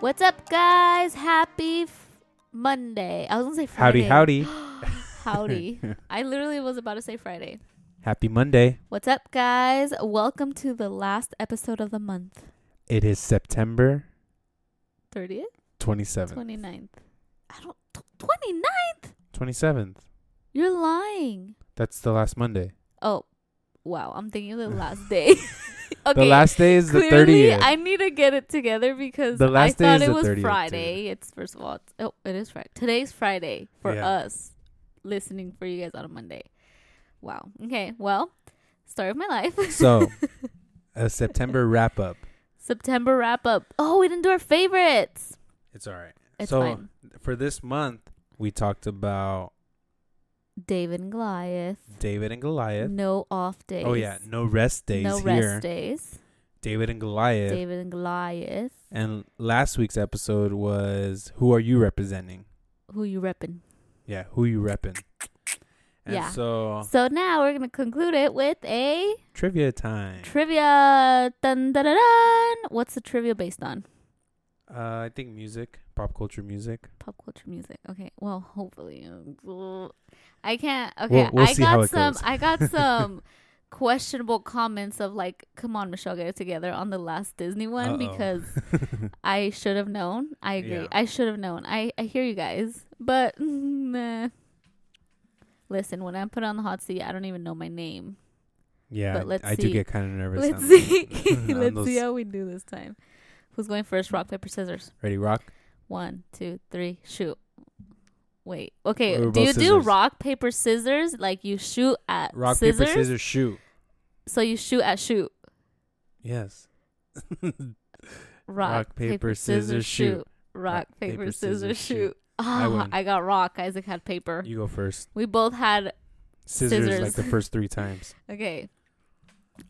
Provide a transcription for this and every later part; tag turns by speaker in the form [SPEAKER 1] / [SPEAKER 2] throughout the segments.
[SPEAKER 1] What's up, guys? Happy f- Monday. I was gonna say Friday.
[SPEAKER 2] Howdy, howdy.
[SPEAKER 1] howdy. I literally was about to say Friday.
[SPEAKER 2] Happy Monday.
[SPEAKER 1] What's up, guys? Welcome to the last episode of the month,
[SPEAKER 2] It is September
[SPEAKER 1] 30th,
[SPEAKER 2] 27th.
[SPEAKER 1] 29th. I don't. tw- 29th?
[SPEAKER 2] 27th.
[SPEAKER 1] You're lying.
[SPEAKER 2] That's the last Monday.
[SPEAKER 1] Oh, wow. I'm thinking of the last day. okay.
[SPEAKER 2] The last day is the
[SPEAKER 1] Clearly,
[SPEAKER 2] 30th.
[SPEAKER 1] I need to get it together because
[SPEAKER 2] The last
[SPEAKER 1] I
[SPEAKER 2] day
[SPEAKER 1] thought
[SPEAKER 2] is
[SPEAKER 1] it
[SPEAKER 2] the
[SPEAKER 1] was
[SPEAKER 2] 30th, too.
[SPEAKER 1] Friday. It's first of all, it's- oh, it is Friday. Today's Friday for
[SPEAKER 2] Yeah.
[SPEAKER 1] us listening for you guys on a Monday. Wow. Okay. Well, story of my life.
[SPEAKER 2] so, a September wrap up.
[SPEAKER 1] September wrap up. Oh, we didn't do our favorites.
[SPEAKER 2] It's all right.
[SPEAKER 1] It's
[SPEAKER 2] so,
[SPEAKER 1] fine.
[SPEAKER 2] for this month, we talked about
[SPEAKER 1] David and Goliath.
[SPEAKER 2] David and Goliath.
[SPEAKER 1] No off days.
[SPEAKER 2] Oh, yeah. No rest days
[SPEAKER 1] no
[SPEAKER 2] here.
[SPEAKER 1] rest days.
[SPEAKER 2] David and Goliath.
[SPEAKER 1] David and Goliath.
[SPEAKER 2] And last week's episode was Who Are You Representing?
[SPEAKER 1] Who you reppin'?
[SPEAKER 2] Yeah, Who You Reppin'. And
[SPEAKER 1] Yeah.
[SPEAKER 2] so,
[SPEAKER 1] So now we're gonna conclude it with a
[SPEAKER 2] trivia time.
[SPEAKER 1] trivia. Dun, dun, dun, dun. What's the trivia based on?
[SPEAKER 2] uh, I think music, pop culture music.
[SPEAKER 1] pop culture music. Okay. Well, hopefully, uh, I can't. Okay.
[SPEAKER 2] We'll- we'll
[SPEAKER 1] I
[SPEAKER 2] see
[SPEAKER 1] got
[SPEAKER 2] how it
[SPEAKER 1] some.
[SPEAKER 2] goes.
[SPEAKER 1] I got some questionable comments of like, "Come on, Michelle, get it together" on the last Disney one
[SPEAKER 2] Uh-oh.
[SPEAKER 1] because I should have known. I agree.
[SPEAKER 2] Yeah.
[SPEAKER 1] I should have known. I I hear you guys, but nah. listen, when I'm put on the hot seat, I don't even know my name.
[SPEAKER 2] yeah,
[SPEAKER 1] but
[SPEAKER 2] I-
[SPEAKER 1] let's
[SPEAKER 2] I do
[SPEAKER 1] see.
[SPEAKER 2] get kind of nervous.
[SPEAKER 1] Let's
[SPEAKER 2] on-
[SPEAKER 1] see.
[SPEAKER 2] on
[SPEAKER 1] Let's see
[SPEAKER 2] those-
[SPEAKER 1] how we do this time. Who's going first? Rock paper scissors.
[SPEAKER 2] Ready, rock?
[SPEAKER 1] One, two, three, shoot. Wait. Okay.
[SPEAKER 2] We were
[SPEAKER 1] do you
[SPEAKER 2] both
[SPEAKER 1] do
[SPEAKER 2] scissors.
[SPEAKER 1] rock, paper, scissors? Like you shoot at
[SPEAKER 2] Rock,
[SPEAKER 1] scissors?
[SPEAKER 2] paper, scissors, shoot.
[SPEAKER 1] So you shoot at shoot.
[SPEAKER 2] Yes.
[SPEAKER 1] Rock, paper, scissors, shoot. Rock, paper, scissors, shoot.
[SPEAKER 2] I
[SPEAKER 1] Ah,
[SPEAKER 2] win.
[SPEAKER 1] I, got rock. Isaac had paper.
[SPEAKER 2] You go first.
[SPEAKER 1] We both had.
[SPEAKER 2] Scissors,
[SPEAKER 1] Scissors.
[SPEAKER 2] like the first three times.
[SPEAKER 1] Okay.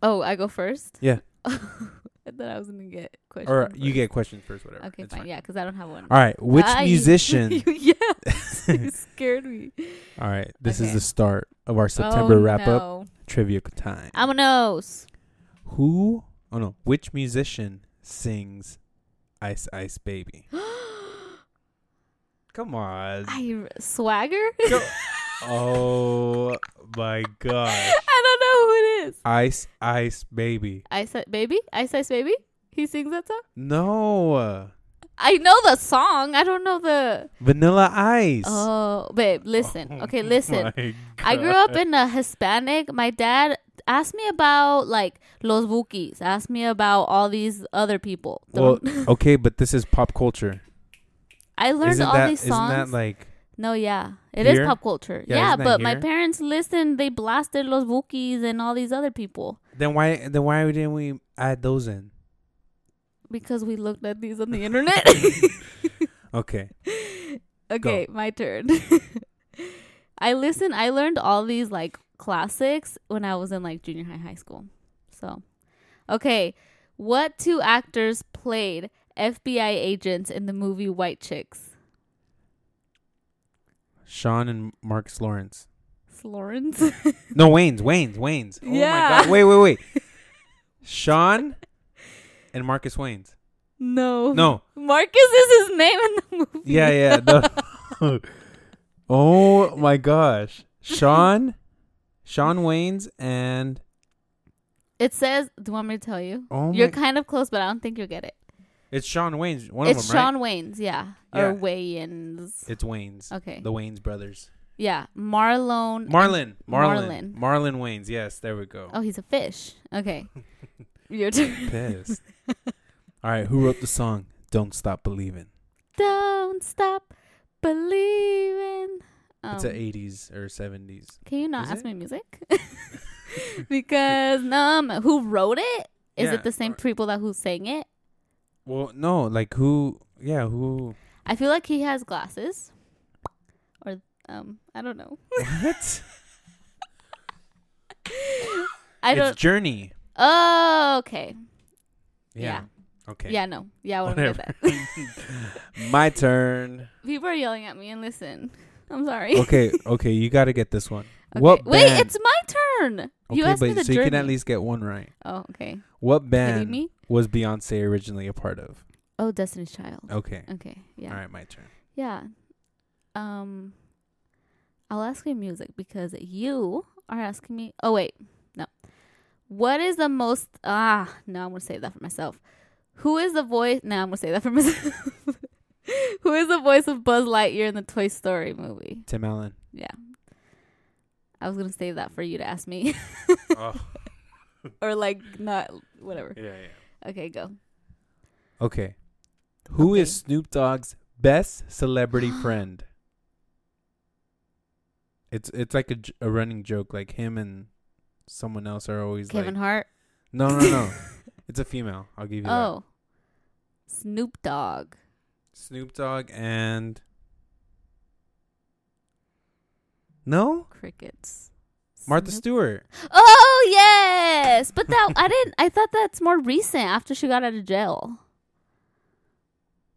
[SPEAKER 1] Oh, I go first?
[SPEAKER 2] Yeah.
[SPEAKER 1] I thought I was going to get questions.
[SPEAKER 2] or you
[SPEAKER 1] first.
[SPEAKER 2] get questions first, whatever.
[SPEAKER 1] Okay,
[SPEAKER 2] It's
[SPEAKER 1] fine. Yeah, because I don't have one.
[SPEAKER 2] All right, which
[SPEAKER 1] Ah, you-
[SPEAKER 2] musician?
[SPEAKER 1] yeah. You scared me.
[SPEAKER 2] All right, this
[SPEAKER 1] Okay.
[SPEAKER 2] is the start of our September
[SPEAKER 1] Oh,
[SPEAKER 2] wrap up
[SPEAKER 1] no.
[SPEAKER 2] trivia time.
[SPEAKER 1] I'm a nose.
[SPEAKER 2] Who? Oh no, which musician sings "Ice Ice Baby"? Come on.
[SPEAKER 1] I swagger.
[SPEAKER 2] Go- oh my gosh.
[SPEAKER 1] I don't know who it is.
[SPEAKER 2] Ice Ice Baby.
[SPEAKER 1] Ice Ice baby, Ice Ice baby. He sings that song.
[SPEAKER 2] No.
[SPEAKER 1] I know the song. I don't know the.
[SPEAKER 2] Vanilla Ice.
[SPEAKER 1] Oh, babe, listen.
[SPEAKER 2] Oh
[SPEAKER 1] okay, listen.
[SPEAKER 2] my
[SPEAKER 1] I grew up
[SPEAKER 2] God.
[SPEAKER 1] in a Hispanic. My dad asked me about like Los Bukis. Asked me about all these other people.
[SPEAKER 2] Well,
[SPEAKER 1] Don't-
[SPEAKER 2] okay, but this is pop culture.
[SPEAKER 1] I learned
[SPEAKER 2] isn't
[SPEAKER 1] all
[SPEAKER 2] that
[SPEAKER 1] these songs.
[SPEAKER 2] not that like
[SPEAKER 1] No, yeah. it is
[SPEAKER 2] Here?
[SPEAKER 1] pop culture.
[SPEAKER 2] Yeah,
[SPEAKER 1] Yeah,
[SPEAKER 2] isn't that
[SPEAKER 1] but my
[SPEAKER 2] here?
[SPEAKER 1] parents listened. They blasted Los Bukis and all these other people
[SPEAKER 2] then why then why didn't we add those in?
[SPEAKER 1] because we looked at these on the internet.
[SPEAKER 2] Okay.
[SPEAKER 1] Okay, my turn. I listen. I learned all these like classics when I was in like junior high, high school. So, okay, what two actors played FBI agents in the movie White Chicks?
[SPEAKER 2] Sean and Marcus Lawrence.
[SPEAKER 1] It's Lawrence.
[SPEAKER 2] No, Wayne's, Wayne's, Wayne's. Oh
[SPEAKER 1] Yeah.
[SPEAKER 2] my god. Wait, wait, wait. Sean and Marcus Wayne's.
[SPEAKER 1] no,
[SPEAKER 2] No.
[SPEAKER 1] Marcus is his name in the movie.
[SPEAKER 2] Yeah, yeah. no. oh my gosh. Sean Sean Wayne's and
[SPEAKER 1] It says. Do you want me to tell you?
[SPEAKER 2] Oh
[SPEAKER 1] You're
[SPEAKER 2] my-
[SPEAKER 1] kind of close, but I don't think you'll get it.
[SPEAKER 2] It's Sean Wayne's. One
[SPEAKER 1] it's
[SPEAKER 2] of them,
[SPEAKER 1] Sean Wayne's, yeah, or
[SPEAKER 2] Yeah.
[SPEAKER 1] Wayans.
[SPEAKER 2] right? It's Wayne's.
[SPEAKER 1] Okay,
[SPEAKER 2] The Wayne's brothers.
[SPEAKER 1] yeah, Marlon.
[SPEAKER 2] Marlon.
[SPEAKER 1] Marlon.
[SPEAKER 2] Marlon. Marlon, Wayne's. Yes, there we go.
[SPEAKER 1] Oh, he's a fish. Okay, your turn.
[SPEAKER 2] Pissed. All right, who wrote the song "Don't Stop Believing"?
[SPEAKER 1] Don't stop believing. Um,
[SPEAKER 2] it's a '80s or '70s.
[SPEAKER 1] Can you not
[SPEAKER 2] Is
[SPEAKER 1] ask
[SPEAKER 2] it?
[SPEAKER 1] me music? because um, who wrote it? Is
[SPEAKER 2] Yeah,
[SPEAKER 1] it the same
[SPEAKER 2] or-
[SPEAKER 1] people that who sang it?
[SPEAKER 2] Well, no, like who? Yeah, who?
[SPEAKER 1] I feel like he has glasses, or um, I don't know.
[SPEAKER 2] What?
[SPEAKER 1] I don't.
[SPEAKER 2] It's Journey.
[SPEAKER 1] oh, okay.
[SPEAKER 2] Yeah. Okay.
[SPEAKER 1] Yeah, no. Yeah, I wouldn't get that.
[SPEAKER 2] My turn.
[SPEAKER 1] People are yelling at me and listen. I'm sorry.
[SPEAKER 2] Okay. Okay. You got to get this one.
[SPEAKER 1] Okay.
[SPEAKER 2] What
[SPEAKER 1] Wait,
[SPEAKER 2] band-
[SPEAKER 1] it's my turn.
[SPEAKER 2] Okay,
[SPEAKER 1] you asked
[SPEAKER 2] but
[SPEAKER 1] me the
[SPEAKER 2] so you can
[SPEAKER 1] journey.
[SPEAKER 2] at least get one right.
[SPEAKER 1] oh, okay.
[SPEAKER 2] What
[SPEAKER 1] Kidding
[SPEAKER 2] band
[SPEAKER 1] me?
[SPEAKER 2] was Beyonce originally a part of?
[SPEAKER 1] Oh, Destiny's Child.
[SPEAKER 2] Okay.
[SPEAKER 1] Okay. Yeah.
[SPEAKER 2] All right, my turn.
[SPEAKER 1] Yeah. Um I'll ask you music because you are asking me Oh wait. No. What is the most ah, no, I'm going to say that for myself. Who is the voice? No, I'm going to say that for myself. Who is the voice of Buzz Lightyear in the Toy Story movie?
[SPEAKER 2] Tim Allen.
[SPEAKER 1] I was going to say that for you to ask me
[SPEAKER 2] oh,
[SPEAKER 1] or like not whatever.
[SPEAKER 2] yeah, yeah.
[SPEAKER 1] Okay, go.
[SPEAKER 2] Okay. who is
[SPEAKER 1] Okay.
[SPEAKER 2] Snoop Dogg's best celebrity friend? It's it's like a, j- a running joke. Like him and someone else are always
[SPEAKER 1] Kevin
[SPEAKER 2] like.
[SPEAKER 1] Hart.
[SPEAKER 2] No, no, no. it's a female. I'll give you that.
[SPEAKER 1] Oh. Snoop Dogg.
[SPEAKER 2] Snoop Dogg and. No,
[SPEAKER 1] Crickets.
[SPEAKER 2] Martha
[SPEAKER 1] Snoop
[SPEAKER 2] Stewart.
[SPEAKER 1] Oh yes, but that I didn't. I thought that's more recent after she got out of jail.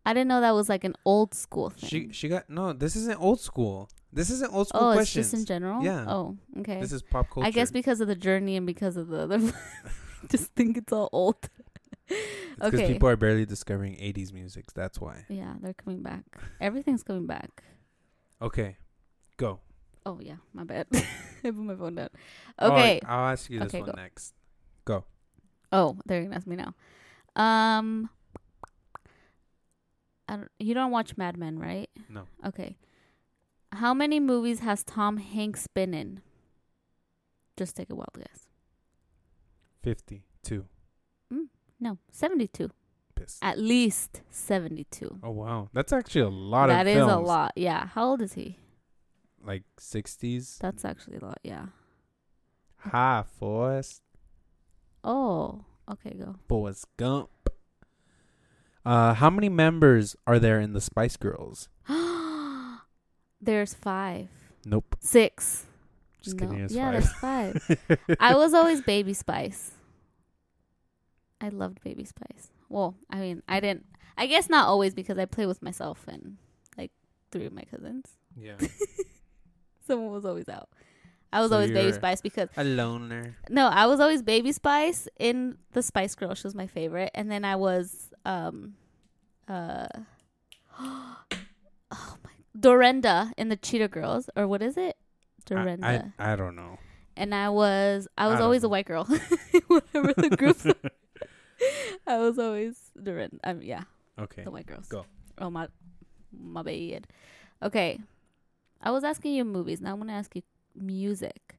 [SPEAKER 1] I didn't know that was like an old school thing.
[SPEAKER 2] She she got no. This isn't old school. This isn't old school
[SPEAKER 1] oh, it's
[SPEAKER 2] questions.
[SPEAKER 1] just in general.
[SPEAKER 2] Yeah.
[SPEAKER 1] Oh, okay.
[SPEAKER 2] This is pop culture.
[SPEAKER 1] I guess because of the journey and because of the other, just think it's all old.
[SPEAKER 2] because
[SPEAKER 1] okay.
[SPEAKER 2] people are barely discovering '80s music. That's why.
[SPEAKER 1] yeah, they're coming back. Everything's coming back.
[SPEAKER 2] Okay, go.
[SPEAKER 1] Oh yeah, my bad. I put my phone down.
[SPEAKER 2] Oh,
[SPEAKER 1] Okay.
[SPEAKER 2] I'll ask you this
[SPEAKER 1] Okay,
[SPEAKER 2] one
[SPEAKER 1] go.
[SPEAKER 2] next.
[SPEAKER 1] Oh, they're gonna ask me now. Um, I don't, you don't watch Mad Men, right?
[SPEAKER 2] No.
[SPEAKER 1] Okay. How many movies has Tom Hanks been in? Just take a wild guess.
[SPEAKER 2] 52.
[SPEAKER 1] No, seventy-two.
[SPEAKER 2] Pissed.
[SPEAKER 1] At least seventy-two.
[SPEAKER 2] Oh, wow. That's actually a lot
[SPEAKER 1] That
[SPEAKER 2] of
[SPEAKER 1] is
[SPEAKER 2] films.
[SPEAKER 1] a lot. Yeah. How old is he?
[SPEAKER 2] Like 60s.
[SPEAKER 1] That's actually a lot. Yeah.
[SPEAKER 2] Ha, Forrest.
[SPEAKER 1] Oh. Okay. Go.
[SPEAKER 2] Forrest Gump. Uh, how many members are there in the Spice Girls?
[SPEAKER 1] There's five.
[SPEAKER 2] Nope.
[SPEAKER 1] Six.
[SPEAKER 2] Just
[SPEAKER 1] No.
[SPEAKER 2] kidding. It's
[SPEAKER 1] yeah,
[SPEAKER 2] five.
[SPEAKER 1] there's five. I was always Baby Spice. I loved Baby Spice. Well, I mean, I didn't. I guess not always because I play with myself and like three of my cousins.
[SPEAKER 2] yeah.
[SPEAKER 1] Someone was always out. I was
[SPEAKER 2] So
[SPEAKER 1] always Baby
[SPEAKER 2] you're-
[SPEAKER 1] Spice because
[SPEAKER 2] A loner.
[SPEAKER 1] no, I was always Baby Spice in the Spice Girl. She was my favorite, and then I was um, uh, oh my Dorinda in the Cheetah Girls, or what is it?
[SPEAKER 2] I,
[SPEAKER 1] Dorinda.
[SPEAKER 2] I, I don't know.
[SPEAKER 1] and I was I was
[SPEAKER 2] I don't
[SPEAKER 1] always
[SPEAKER 2] know.
[SPEAKER 1] a white girl, whatever the groups. are. I was always the red. Um, yeah,
[SPEAKER 2] Okay.
[SPEAKER 1] the white girls.
[SPEAKER 2] go.
[SPEAKER 1] Oh my, my bad. Okay, I was asking you movies. Now I'm gonna ask you music.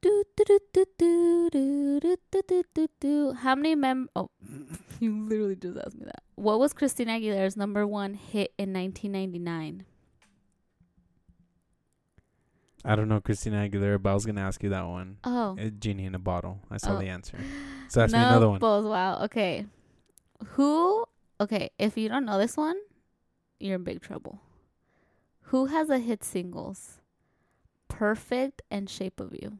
[SPEAKER 1] Do do do do do do do do do do do. How many mem? Oh, you literally just asked me that. What was Christina Aguilera's number one hit in 1999?
[SPEAKER 2] I don't know Christina Aguilera, but I was going to ask you that one.
[SPEAKER 1] Oh,
[SPEAKER 2] A genie in a bottle. I saw
[SPEAKER 1] Oh.
[SPEAKER 2] the answer. So ask me another one.
[SPEAKER 1] Bulls, wow. Okay. Who? Okay, if you don't know this one, you're in big trouble. Who has a hit singles? Perfect and Shape of You.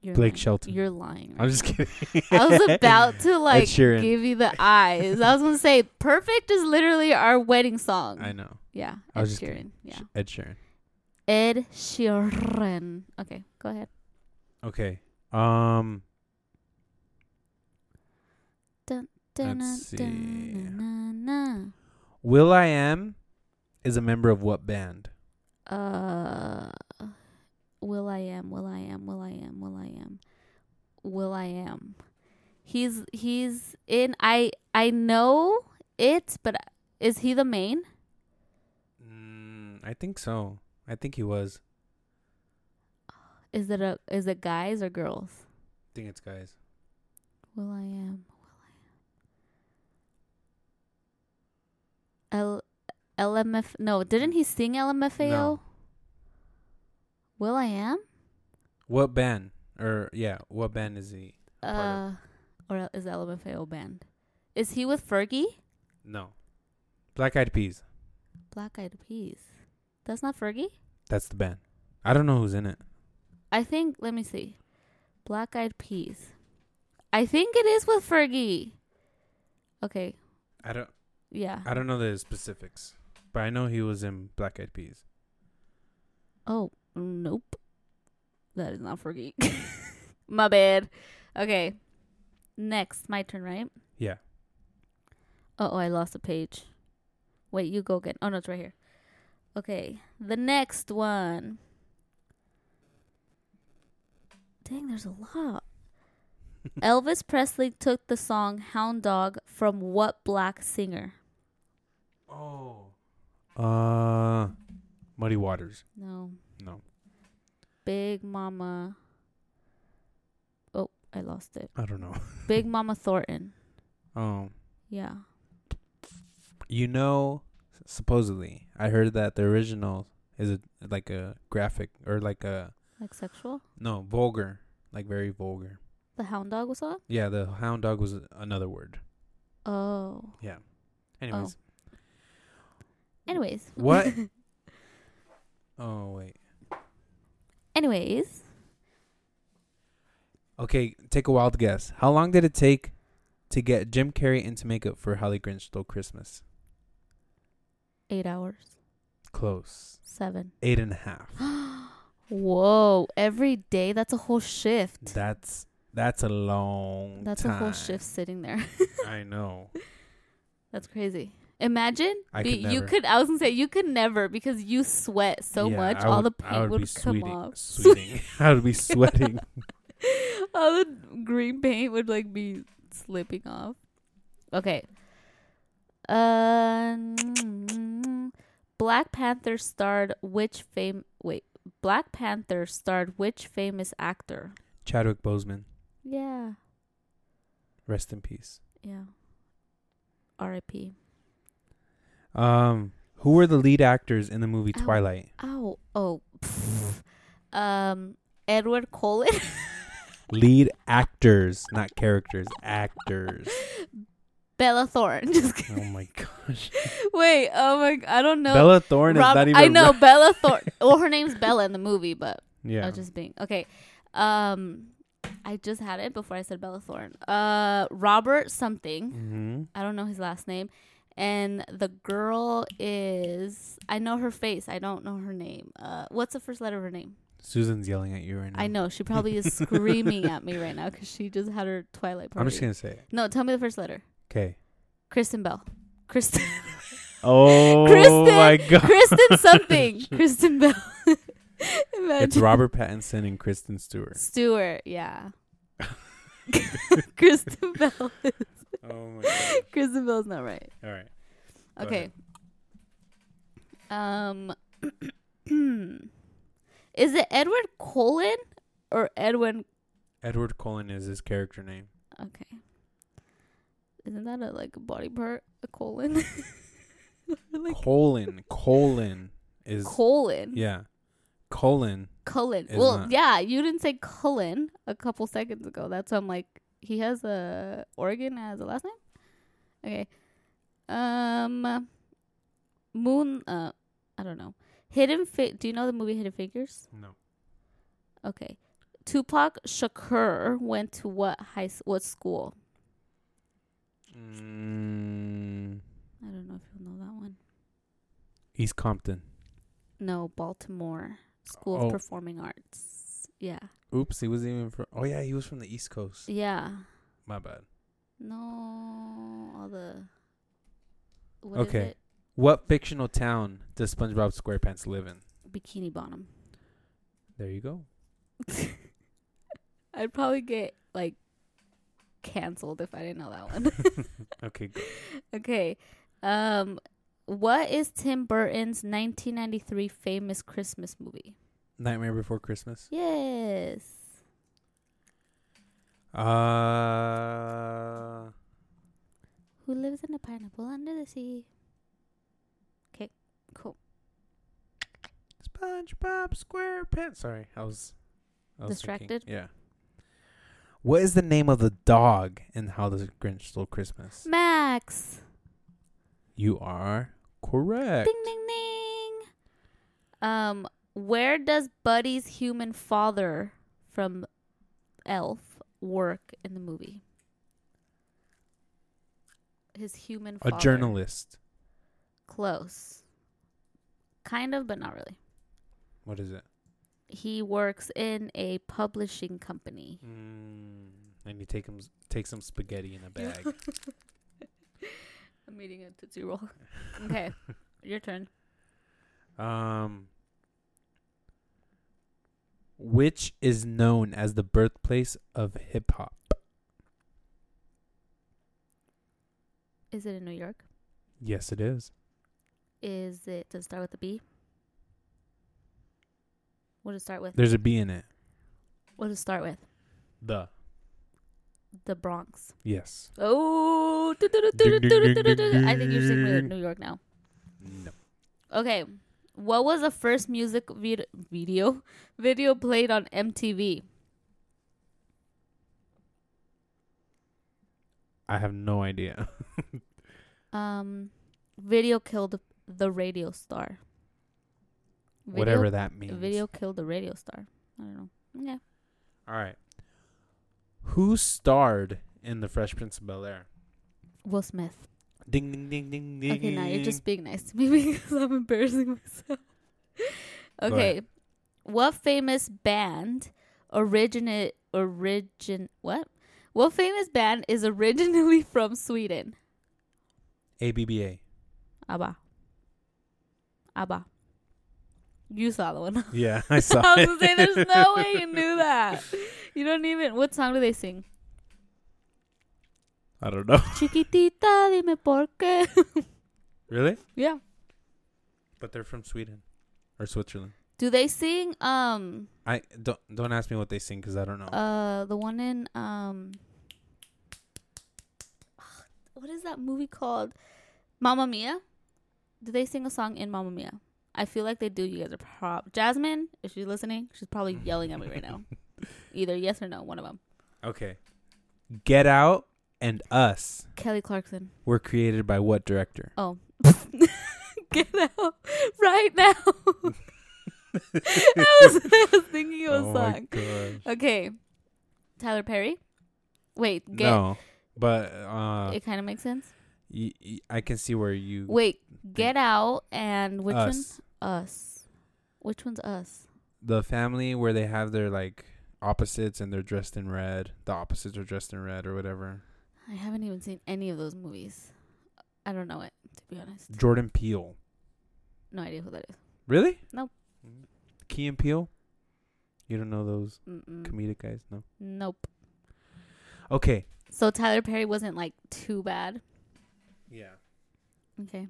[SPEAKER 1] You're
[SPEAKER 2] Blake
[SPEAKER 1] lying.
[SPEAKER 2] Shelton.
[SPEAKER 1] You're lying.
[SPEAKER 2] I'm
[SPEAKER 1] right
[SPEAKER 2] just kidding.
[SPEAKER 1] I was about to like
[SPEAKER 2] Sheeran.
[SPEAKER 1] give you the eyes. I was gonna say "Perfect" is literally our wedding song.
[SPEAKER 2] I know.
[SPEAKER 1] Yeah,
[SPEAKER 2] I
[SPEAKER 1] Ed
[SPEAKER 2] was just
[SPEAKER 1] Sheeran.
[SPEAKER 2] kidding.
[SPEAKER 1] Yeah,
[SPEAKER 2] Ed Sheeran.
[SPEAKER 1] Ed Sheeran. Okay, go ahead.
[SPEAKER 2] Okay. Um. Let's
[SPEAKER 1] Dun,
[SPEAKER 2] see.
[SPEAKER 1] dun, dun,
[SPEAKER 2] Will I Am is a member of what band?
[SPEAKER 1] dun, dun. Uh, Will I am, Will I am, Will I am, Will I am, Will I am. He's he's in. I I know it, but is he the main?
[SPEAKER 2] Mm, I think so. I think he was.
[SPEAKER 1] Is it a is it guys or girls?
[SPEAKER 2] I think it's guys.
[SPEAKER 1] Will I am, Will I am. L LMF. No, didn't he sing LMFAO?
[SPEAKER 2] No.
[SPEAKER 1] Will I am.
[SPEAKER 2] What band? Or yeah, what band is he?
[SPEAKER 1] Uh,
[SPEAKER 2] part
[SPEAKER 1] or is LMFAO band? Is he with Fergie?
[SPEAKER 2] No. Black Eyed Peas.
[SPEAKER 1] Black Eyed Peas. That's not Fergie.
[SPEAKER 2] That's the band. I don't know who's in it.
[SPEAKER 1] I think. Let me see. Black Eyed Peas. I think it is with Fergie. Okay.
[SPEAKER 2] I don't.
[SPEAKER 1] Yeah.
[SPEAKER 2] I don't know the specifics, but I know he was in Black Eyed Peas.
[SPEAKER 1] Oh nope. That is not Fergie. My bad. Okay. Next, my turn, right?
[SPEAKER 2] Yeah.
[SPEAKER 1] Uh oh, I lost a page. Wait, you go again. Oh no, it's right here. Okay, the next one. Dang, there's a lot. Elvis Presley took the song Hound Dog from what black singer?
[SPEAKER 2] Oh. Uh, Muddy Waters.
[SPEAKER 1] No.
[SPEAKER 2] No,
[SPEAKER 1] Big Mama. Oh, I lost it.
[SPEAKER 2] I don't know.
[SPEAKER 1] Big Mama Thornton.
[SPEAKER 2] Um,
[SPEAKER 1] Yeah.
[SPEAKER 2] you know, supposedly I heard that the original is a, like a graphic or like a
[SPEAKER 1] Like sexual?
[SPEAKER 2] no vulgar, like very vulgar.
[SPEAKER 1] The Hound Dog was on?
[SPEAKER 2] Yeah, the hound dog was another word.
[SPEAKER 1] Oh.
[SPEAKER 2] Anyways,
[SPEAKER 1] Anyways.
[SPEAKER 2] what? oh wait.
[SPEAKER 1] Anyways.
[SPEAKER 2] Okay, take a wild guess. How long did it take to get Jim Carrey into makeup for Holly Grinch Stole Christmas?
[SPEAKER 1] Eight hours.
[SPEAKER 2] Close.
[SPEAKER 1] Seven.
[SPEAKER 2] Eight and a half.
[SPEAKER 1] Whoa. Every day? That's a whole shift.
[SPEAKER 2] That's that's a long.
[SPEAKER 1] That's a whole
[SPEAKER 2] time.
[SPEAKER 1] shift sitting there.
[SPEAKER 2] I know.
[SPEAKER 1] That's crazy. Imagine
[SPEAKER 2] I
[SPEAKER 1] be-
[SPEAKER 2] could
[SPEAKER 1] you
[SPEAKER 2] never.
[SPEAKER 1] could. I was gonna say you could never because you sweat so
[SPEAKER 2] Yeah,
[SPEAKER 1] much,
[SPEAKER 2] I
[SPEAKER 1] all
[SPEAKER 2] would-
[SPEAKER 1] the
[SPEAKER 2] I
[SPEAKER 1] paint would,
[SPEAKER 2] be
[SPEAKER 1] come
[SPEAKER 2] sweating-
[SPEAKER 1] off.
[SPEAKER 2] Sweating. I would be sweating.
[SPEAKER 1] all the green paint would like be slipping off. Okay. Uh, Black Panther starred which fame? Wait, Black Panther starred which famous actor?
[SPEAKER 2] Chadwick Boseman,
[SPEAKER 1] Yeah,
[SPEAKER 2] rest in peace.
[SPEAKER 1] yeah. R.I.P.
[SPEAKER 2] Um, who were the lead actors in the movie
[SPEAKER 1] Ow.
[SPEAKER 2] Twilight?
[SPEAKER 1] Ow. Oh. pff. Um. Edward Cullen.
[SPEAKER 2] Lead actors, not characters. Actors.
[SPEAKER 1] Bella Thorne. Just kidding.
[SPEAKER 2] Oh my gosh.
[SPEAKER 1] Wait. Oh my. I don't know.
[SPEAKER 2] Bella Thorne
[SPEAKER 1] Rob-
[SPEAKER 2] is not even.
[SPEAKER 1] I know
[SPEAKER 2] right.
[SPEAKER 1] Bella Thorne. well, her name's Bella in the movie, but I
[SPEAKER 2] Yeah.
[SPEAKER 1] was just being okay. Um, I just had it before I said Bella Thorne. Uh, Robert something.
[SPEAKER 2] mm-hmm.
[SPEAKER 1] I don't know his last name. And the girl is I know her face. I don't know her name. Uh, what's the first letter of her name?
[SPEAKER 2] Susan's yelling at you right now.
[SPEAKER 1] I know she probably is screaming at me right now because she just had her Twilight party.
[SPEAKER 2] I'm just gonna say it.
[SPEAKER 1] No, tell me the first letter.
[SPEAKER 2] Okay.
[SPEAKER 1] Kristen Bell. Kristen.
[SPEAKER 2] Oh
[SPEAKER 1] Kristen,
[SPEAKER 2] my god.
[SPEAKER 1] Kristen something. Kristen Bell.
[SPEAKER 2] It's
[SPEAKER 1] Imagine.
[SPEAKER 2] Robert Pattinson and Kristen Stewart.
[SPEAKER 1] Stewart, yeah. Kristen Bell.
[SPEAKER 2] Oh my god.
[SPEAKER 1] Kristen Bell's not right.
[SPEAKER 2] All right. Go
[SPEAKER 1] Okay. Um Is it Edward Cullen or Edwin
[SPEAKER 2] Edward Cullen is his character name.
[SPEAKER 1] Okay. Isn't that a like a body part? A colon? like
[SPEAKER 2] colon colon is
[SPEAKER 1] colon.
[SPEAKER 2] yeah colon
[SPEAKER 1] Cullen.
[SPEAKER 2] is
[SPEAKER 1] well,
[SPEAKER 2] not.
[SPEAKER 1] yeah, you didn't say Cullen a couple seconds ago. That's why I'm like he has a Oregon as a last name. Okay. Um Moon uh I don't know. Hidden Fi- Do you know the movie Hidden Figures?
[SPEAKER 2] no
[SPEAKER 1] Okay. Tupac Shakur went to what high s- what school?
[SPEAKER 2] mm,
[SPEAKER 1] I don't know if you'll know that one.
[SPEAKER 2] east compton
[SPEAKER 1] No, Baltimore School
[SPEAKER 2] Oh.
[SPEAKER 1] of Performing Arts. Yeah.
[SPEAKER 2] oops he wasn't even from oh yeah he was from the east coast
[SPEAKER 1] Yeah.
[SPEAKER 2] my bad
[SPEAKER 1] No, all the what is
[SPEAKER 2] Okay.
[SPEAKER 1] it?
[SPEAKER 2] what fictional town does spongebob squarepants live in
[SPEAKER 1] Bikini Bottom.
[SPEAKER 2] there you go
[SPEAKER 1] I'd probably get like canceled if I didn't know that one.
[SPEAKER 2] okay go-
[SPEAKER 1] okay. Um what is Tim Burton's 1993 famous Christmas movie?
[SPEAKER 2] nightmare before christmas
[SPEAKER 1] Yes.
[SPEAKER 2] uh
[SPEAKER 1] Who lives in a pineapple under the sea? Okay, cool.
[SPEAKER 2] spongebob squarepants sorry i was, I was thinking-
[SPEAKER 1] Distracted?
[SPEAKER 2] yeah what is the name of the dog in How the Grinch Stole Christmas?
[SPEAKER 1] Max.
[SPEAKER 2] You are correct.
[SPEAKER 1] Ding ding ding. Um where does Buddy's human father from Elf work in the movie? His human
[SPEAKER 2] A
[SPEAKER 1] father.
[SPEAKER 2] journalist.
[SPEAKER 1] Close. Kind of, but not really.
[SPEAKER 2] What is it? Mm.
[SPEAKER 1] He works in a publishing company.
[SPEAKER 2] and you take them, take some spaghetti in a bag.
[SPEAKER 1] I'm eating a Tootsie Roll. okay, your turn.
[SPEAKER 2] Um, which is known as the birthplace of hip hop?
[SPEAKER 1] Is it in New York?
[SPEAKER 2] Yes, it is.
[SPEAKER 1] Is it, does it start with a B? What does it start with?
[SPEAKER 2] There's a B in it.
[SPEAKER 1] What does it start with?
[SPEAKER 2] The
[SPEAKER 1] The Bronx.
[SPEAKER 2] yes.
[SPEAKER 1] Oh, I
[SPEAKER 2] Ding, ding, ding, ding,
[SPEAKER 1] think you're sticking with
[SPEAKER 2] ding.
[SPEAKER 1] New York now.
[SPEAKER 2] No.
[SPEAKER 1] Okay, what was the first music vid- video video played on MTV?
[SPEAKER 2] I have no idea.
[SPEAKER 1] Um, video killed the radio star. Video,
[SPEAKER 2] Whatever that means.
[SPEAKER 1] Video killed the radio star. I don't know. Yeah.
[SPEAKER 2] All right. Who starred in The Fresh Prince of Bel Air?
[SPEAKER 1] Will Smith.
[SPEAKER 2] Ding ding ding ding ding.
[SPEAKER 1] Okay, now you're just being nice to me because I'm embarrassing myself. Okay. What famous band originate origin what? What famous band is originally from Sweden?
[SPEAKER 2] ABBA.
[SPEAKER 1] ABBA. ABBA. You saw the one.
[SPEAKER 2] Yeah, I saw
[SPEAKER 1] I was
[SPEAKER 2] it.
[SPEAKER 1] gonna say there's no way you knew that. You don't even what song do they sing?
[SPEAKER 2] I don't know.
[SPEAKER 1] Chiquitita dime por qué.
[SPEAKER 2] Really?
[SPEAKER 1] yeah.
[SPEAKER 2] But they're from Sweden or Switzerland.
[SPEAKER 1] Do they sing um
[SPEAKER 2] I don't don't ask me what they sing because I don't know.
[SPEAKER 1] Uh, the one in um, what is that movie called? Mamma Mia. Do they sing a song in Mamma Mia? I feel like they do. You guys are prob Jasmine. If she's listening, she's probably yelling at me right now. Either yes or no, one of them.
[SPEAKER 2] okay. Get Out and Us
[SPEAKER 1] Kelly Clarkson.
[SPEAKER 2] were created by what director?
[SPEAKER 1] Oh, get out right now. I, was, I was thinking of a
[SPEAKER 2] Oh my
[SPEAKER 1] song.
[SPEAKER 2] gosh.
[SPEAKER 1] Okay, Tyler Perry. Wait, get.
[SPEAKER 2] No, but uh,
[SPEAKER 1] It kind of makes sense.
[SPEAKER 2] y- y- I can see where you.
[SPEAKER 1] Wait, Get Out and which
[SPEAKER 2] Us.
[SPEAKER 1] one? Us. Which one's Us?
[SPEAKER 2] the family where they have their like opposites and they're dressed in red. The opposites are dressed in red or whatever.
[SPEAKER 1] I haven't even seen any of those movies. I don't know it, to be honest.
[SPEAKER 2] Jordan Peele.
[SPEAKER 1] No idea who that is.
[SPEAKER 2] Really?
[SPEAKER 1] Nope.
[SPEAKER 2] Key and Peele. You don't know those
[SPEAKER 1] Mm-mm.
[SPEAKER 2] comedic guys? No.
[SPEAKER 1] Nope.
[SPEAKER 2] Okay.
[SPEAKER 1] So Tyler Perry wasn't like too bad.
[SPEAKER 2] Yeah.
[SPEAKER 1] Okay.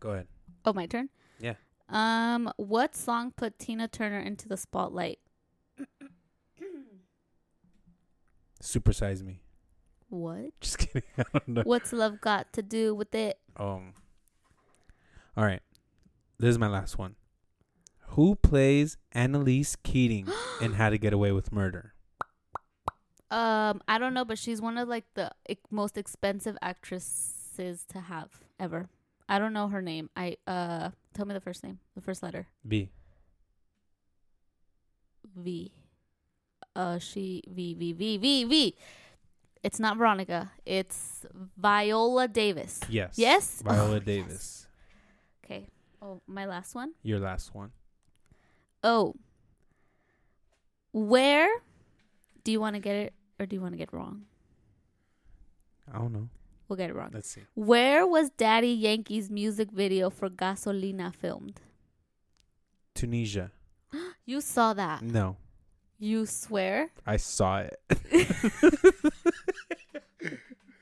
[SPEAKER 2] Go ahead.
[SPEAKER 1] Oh, my turn.
[SPEAKER 2] Yeah.
[SPEAKER 1] Um, what song put Tina Turner into the spotlight?
[SPEAKER 2] Supersize me.
[SPEAKER 1] What?
[SPEAKER 2] Just kidding. I don't know.
[SPEAKER 1] What's love got to do with it?
[SPEAKER 2] Um. All right. This is my last one. Who plays Annalise Keating in How to Get Away with Murder?
[SPEAKER 1] Um, I don't know, but she's one of like the ex- most expensive actresses to have ever. I don't know her name. I uh, tell me the first name, the first letter
[SPEAKER 2] B.
[SPEAKER 1] V. Uh, she V V V V V. It's not Veronica. It's Viola Davis.
[SPEAKER 2] Yes.
[SPEAKER 1] Yes? Oh,
[SPEAKER 2] Viola
[SPEAKER 1] yes.
[SPEAKER 2] Davis.
[SPEAKER 1] Okay. Oh, my last one.
[SPEAKER 2] Your last one.
[SPEAKER 1] Oh. Where do you want to get it or do you want to get it wrong?
[SPEAKER 2] I don't know.
[SPEAKER 1] We'll get it wrong.
[SPEAKER 2] Let's see.
[SPEAKER 1] Where was Daddy Yankee's music video for Gasolina filmed?
[SPEAKER 2] Tunisia.
[SPEAKER 1] You saw that.
[SPEAKER 2] No,
[SPEAKER 1] You swear?
[SPEAKER 2] I saw it.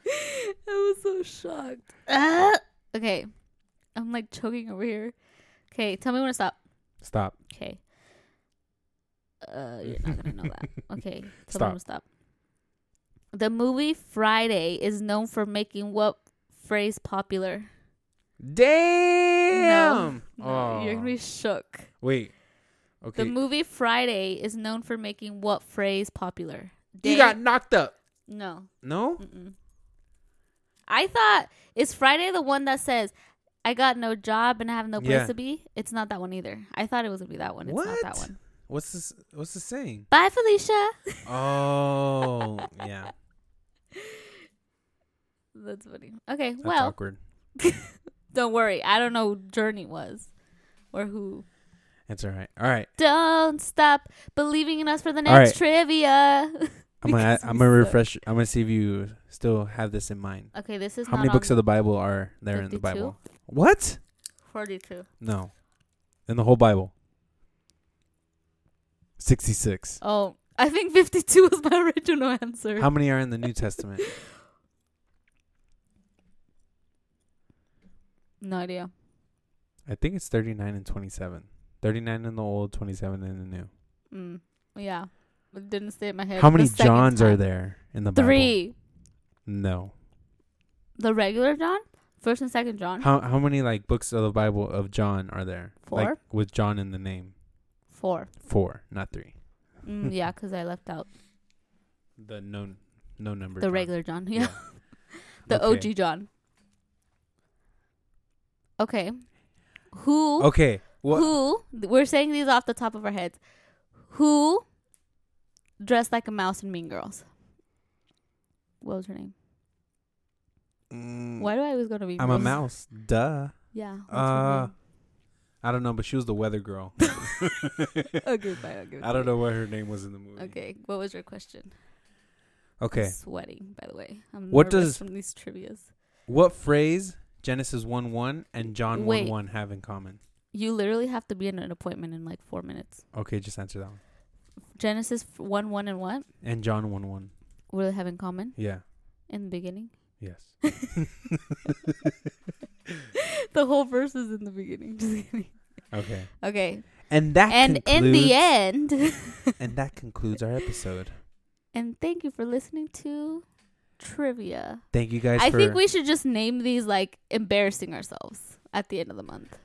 [SPEAKER 1] I was so shocked.
[SPEAKER 2] Uh.
[SPEAKER 1] Ah! Okay. I'm like choking over here. Okay, tell me when to stop.
[SPEAKER 2] Stop.
[SPEAKER 1] Okay. Uh, you're not gonna know that. Okay, tell me
[SPEAKER 2] Stop.
[SPEAKER 1] when to stop. The movie Friday is known for making what phrase popular?
[SPEAKER 2] Damn. Oh.
[SPEAKER 1] No, you're gonna be shook.
[SPEAKER 2] Wait. Okay.
[SPEAKER 1] The movie Friday is known for making what phrase popular?
[SPEAKER 2] you
[SPEAKER 1] Day-
[SPEAKER 2] got knocked up.
[SPEAKER 1] no.
[SPEAKER 2] No.
[SPEAKER 1] Mm-mm. I thought is Friday the one that says I got no job and I have no place
[SPEAKER 2] Yeah.
[SPEAKER 1] to be. It's not that one either. I thought it was gonna be that one. It's not that
[SPEAKER 2] What?
[SPEAKER 1] one.
[SPEAKER 2] What's this? What's the saying?
[SPEAKER 1] Bye, Felicia.
[SPEAKER 2] Oh, yeah.
[SPEAKER 1] That's funny. Okay,
[SPEAKER 2] That's
[SPEAKER 1] well,
[SPEAKER 2] awkward.
[SPEAKER 1] don't worry. I don't know who Journey was or who
[SPEAKER 2] It's all right. All right.
[SPEAKER 1] Don't stop believing in us for the
[SPEAKER 2] All
[SPEAKER 1] next trivia.
[SPEAKER 2] I'm gonna
[SPEAKER 1] Because
[SPEAKER 2] add-
[SPEAKER 1] we
[SPEAKER 2] I'm gonna
[SPEAKER 1] suck.
[SPEAKER 2] refresh. I'm gonna see if you still have this in mind.
[SPEAKER 1] Okay, this is
[SPEAKER 2] How
[SPEAKER 1] not
[SPEAKER 2] many books
[SPEAKER 1] on
[SPEAKER 2] of the Bible are there in the
[SPEAKER 1] 52?
[SPEAKER 2] Bible? What?
[SPEAKER 1] 42.
[SPEAKER 2] No, in the whole Bible. Sixty-six.
[SPEAKER 1] Oh, I think 52 was my original answer.
[SPEAKER 2] How many are in the New Testament?
[SPEAKER 1] no idea.
[SPEAKER 2] I think it's thirty-nine and twenty-seven. Thirty-nine in the old, twenty-seven in the new.
[SPEAKER 1] Mm, yeah. It didn't stay in my head.
[SPEAKER 2] How
[SPEAKER 1] the
[SPEAKER 2] many
[SPEAKER 1] second
[SPEAKER 2] Johns are
[SPEAKER 1] time.
[SPEAKER 2] there in the Bible?
[SPEAKER 1] Three.
[SPEAKER 2] No.
[SPEAKER 1] The regular John? First and second John?
[SPEAKER 2] How how many like books of the Bible of John are there? Like
[SPEAKER 1] Four.
[SPEAKER 2] with John in the name.
[SPEAKER 1] Four.
[SPEAKER 2] Four, not three.
[SPEAKER 1] Mm, yeah, because I left out
[SPEAKER 2] The no no number.
[SPEAKER 1] the
[SPEAKER 2] John.
[SPEAKER 1] regular John. Yeah. the
[SPEAKER 2] Okay.
[SPEAKER 1] OG John. Okay. Who?
[SPEAKER 2] Okay. What?
[SPEAKER 1] Who? We're saying these off the top of our heads. Who dressed like a mouse in Mean Girls? What was her name?
[SPEAKER 2] Mm,
[SPEAKER 1] Why do I always go to Mean
[SPEAKER 2] I'm
[SPEAKER 1] Girls?
[SPEAKER 2] a mouse. Duh.
[SPEAKER 1] Yeah. what's her
[SPEAKER 2] Uh,
[SPEAKER 1] name?
[SPEAKER 2] I don't know, but she was the weather girl.
[SPEAKER 1] okay, fine. I'll give it
[SPEAKER 2] I
[SPEAKER 1] to
[SPEAKER 2] don't
[SPEAKER 1] you.
[SPEAKER 2] know what her name was in the movie.
[SPEAKER 1] Okay, what was your question? I'm
[SPEAKER 2] Okay.
[SPEAKER 1] sweating, by the way. I'm
[SPEAKER 2] What
[SPEAKER 1] what
[SPEAKER 2] does-
[SPEAKER 1] does from these trivia's?
[SPEAKER 2] What phrase Genesis one one and John one
[SPEAKER 1] Wait.
[SPEAKER 2] one have in common?
[SPEAKER 1] You literally have to be in an appointment in like four minutes.
[SPEAKER 2] Okay, just answer that one.
[SPEAKER 1] Genesis f- one one and what?
[SPEAKER 2] And John one one.
[SPEAKER 1] What do they have in common
[SPEAKER 2] Yeah.
[SPEAKER 1] in the beginning?
[SPEAKER 2] Yes.
[SPEAKER 1] the whole verse is in the beginning. Just kidding.
[SPEAKER 2] Okay.
[SPEAKER 1] Okay,
[SPEAKER 2] And that
[SPEAKER 1] and in the
[SPEAKER 2] concludes-
[SPEAKER 1] end,
[SPEAKER 2] and that concludes our episode.
[SPEAKER 1] and thank you for listening to trivia.
[SPEAKER 2] Thank you guys.
[SPEAKER 1] I
[SPEAKER 2] for,
[SPEAKER 1] think we should just name these like embarrassing ourselves at the end of the month.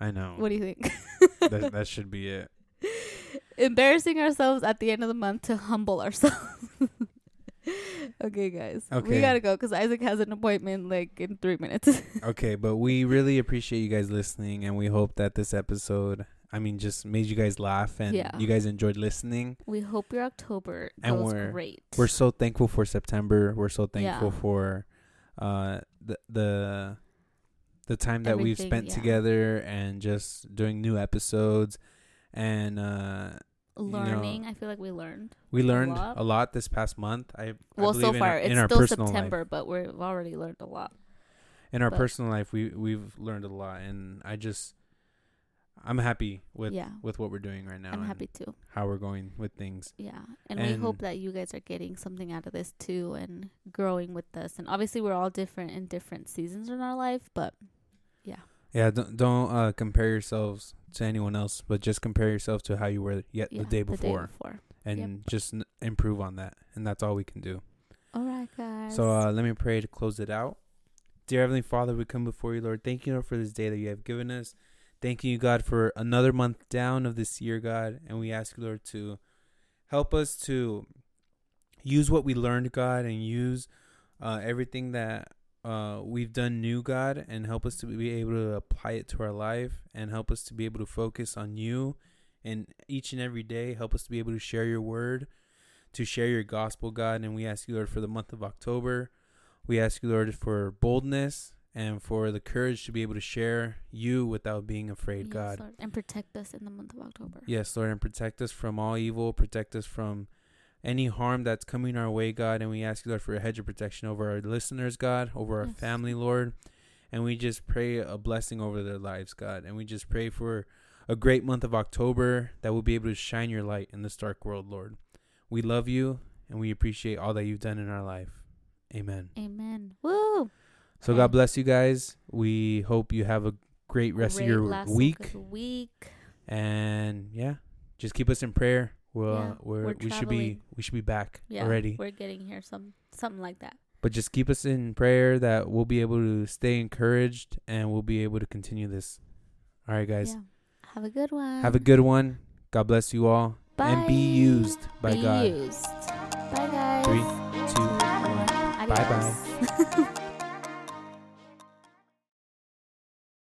[SPEAKER 2] I know.
[SPEAKER 1] What do you think?
[SPEAKER 2] that, that should be it.
[SPEAKER 1] embarrassing ourselves at the end of the month to humble ourselves. okay, guys.
[SPEAKER 2] Okay.
[SPEAKER 1] We got to go because Isaac has an appointment like in three minutes.
[SPEAKER 2] Okay, but we really appreciate you guys listening, and we hope that this episode, I mean, just made you guys laugh and
[SPEAKER 1] Yeah.
[SPEAKER 2] you guys enjoyed listening.
[SPEAKER 1] we hope your October
[SPEAKER 2] And
[SPEAKER 1] goes
[SPEAKER 2] we're-
[SPEAKER 1] great.
[SPEAKER 2] We're so thankful for September. We're so thankful
[SPEAKER 1] Yeah.
[SPEAKER 2] for uh, the the the time that we've
[SPEAKER 1] Everything,
[SPEAKER 2] spent
[SPEAKER 1] yeah.
[SPEAKER 2] together and just doing new episodes. And uh, you know,
[SPEAKER 1] Learning. I feel like we learned.
[SPEAKER 2] we learned
[SPEAKER 1] lot.
[SPEAKER 2] a lot this past month. I I
[SPEAKER 1] Well,
[SPEAKER 2] believe
[SPEAKER 1] so
[SPEAKER 2] in
[SPEAKER 1] far
[SPEAKER 2] our- in
[SPEAKER 1] it's
[SPEAKER 2] our
[SPEAKER 1] still
[SPEAKER 2] personal life.
[SPEAKER 1] September, but we've already learned a lot.
[SPEAKER 2] in our
[SPEAKER 1] But-
[SPEAKER 2] personal life we we've learned a lot and i just i'm happy with
[SPEAKER 1] Yeah.
[SPEAKER 2] with what we're doing right now
[SPEAKER 1] I'm
[SPEAKER 2] and
[SPEAKER 1] happy too.
[SPEAKER 2] how we're going with things
[SPEAKER 1] Yeah. And, we hope
[SPEAKER 2] And-
[SPEAKER 1] that you guys are getting something out of this too and growing with us. And obviously, we're all different in different seasons in our life, but
[SPEAKER 2] yeah don't don't uh compare yourselves to anyone else but just compare yourself to how you were yet
[SPEAKER 1] yeah,
[SPEAKER 2] the day before
[SPEAKER 1] before.
[SPEAKER 2] and just n- improve on that and that's all we can do
[SPEAKER 1] All right, guys.
[SPEAKER 2] So uh, let me pray to close it out. Dear Heavenly Father, we come before you, Lord. Thank you Lord, for this day that you have given us. Thank you, God, for another month down of this year, God. And we ask you, Lord, to help us to use what we learned, God, and use uh, everything that uh, we've done new, God, and help us to be able to apply it to our life and help us to be able to focus on you and each and every day. Help us to be able to share your word to share your gospel, God. And we ask you, Lord, for the month of October. We ask you, Lord, for boldness and for the courage to be able to share you without being afraid,
[SPEAKER 1] Yes,
[SPEAKER 2] God.
[SPEAKER 1] Lord, and protect us in the month of October.
[SPEAKER 2] Yes, Lord, and protect us from all evil. Protect us from any harm that's coming our way, God. And we ask you, Lord, for a hedge of protection over our listeners, God, over our
[SPEAKER 1] Yes.
[SPEAKER 2] family, Lord. And we just pray a blessing over their lives, God. And we just pray for a great month of October that will be able to shine your light in this dark world, Lord. We love you and we appreciate all that you've done in our life. Amen.
[SPEAKER 1] Amen. Woo!
[SPEAKER 2] So
[SPEAKER 1] Amen.
[SPEAKER 2] God bless you guys. We hope you have a great rest
[SPEAKER 1] Great
[SPEAKER 2] of your
[SPEAKER 1] last
[SPEAKER 2] week
[SPEAKER 1] Week.
[SPEAKER 2] and yeah, just keep us in prayer. We'll, uh,
[SPEAKER 1] Yeah,
[SPEAKER 2] we're,
[SPEAKER 1] we're
[SPEAKER 2] we should be
[SPEAKER 1] traveling.
[SPEAKER 2] we should be back
[SPEAKER 1] Yeah.
[SPEAKER 2] already.
[SPEAKER 1] We're getting here. Some something like that.
[SPEAKER 2] But just keep us in prayer that we'll be able to stay encouraged and we'll be able to continue this. All right, guys.
[SPEAKER 1] Yeah. Have a good one.
[SPEAKER 2] Have a good one. God bless you all. And be
[SPEAKER 1] Bye.
[SPEAKER 2] used by
[SPEAKER 1] Be
[SPEAKER 2] God.
[SPEAKER 1] used. Bye guys.
[SPEAKER 2] Three, Two, one.
[SPEAKER 1] Adios.
[SPEAKER 2] bye-bye.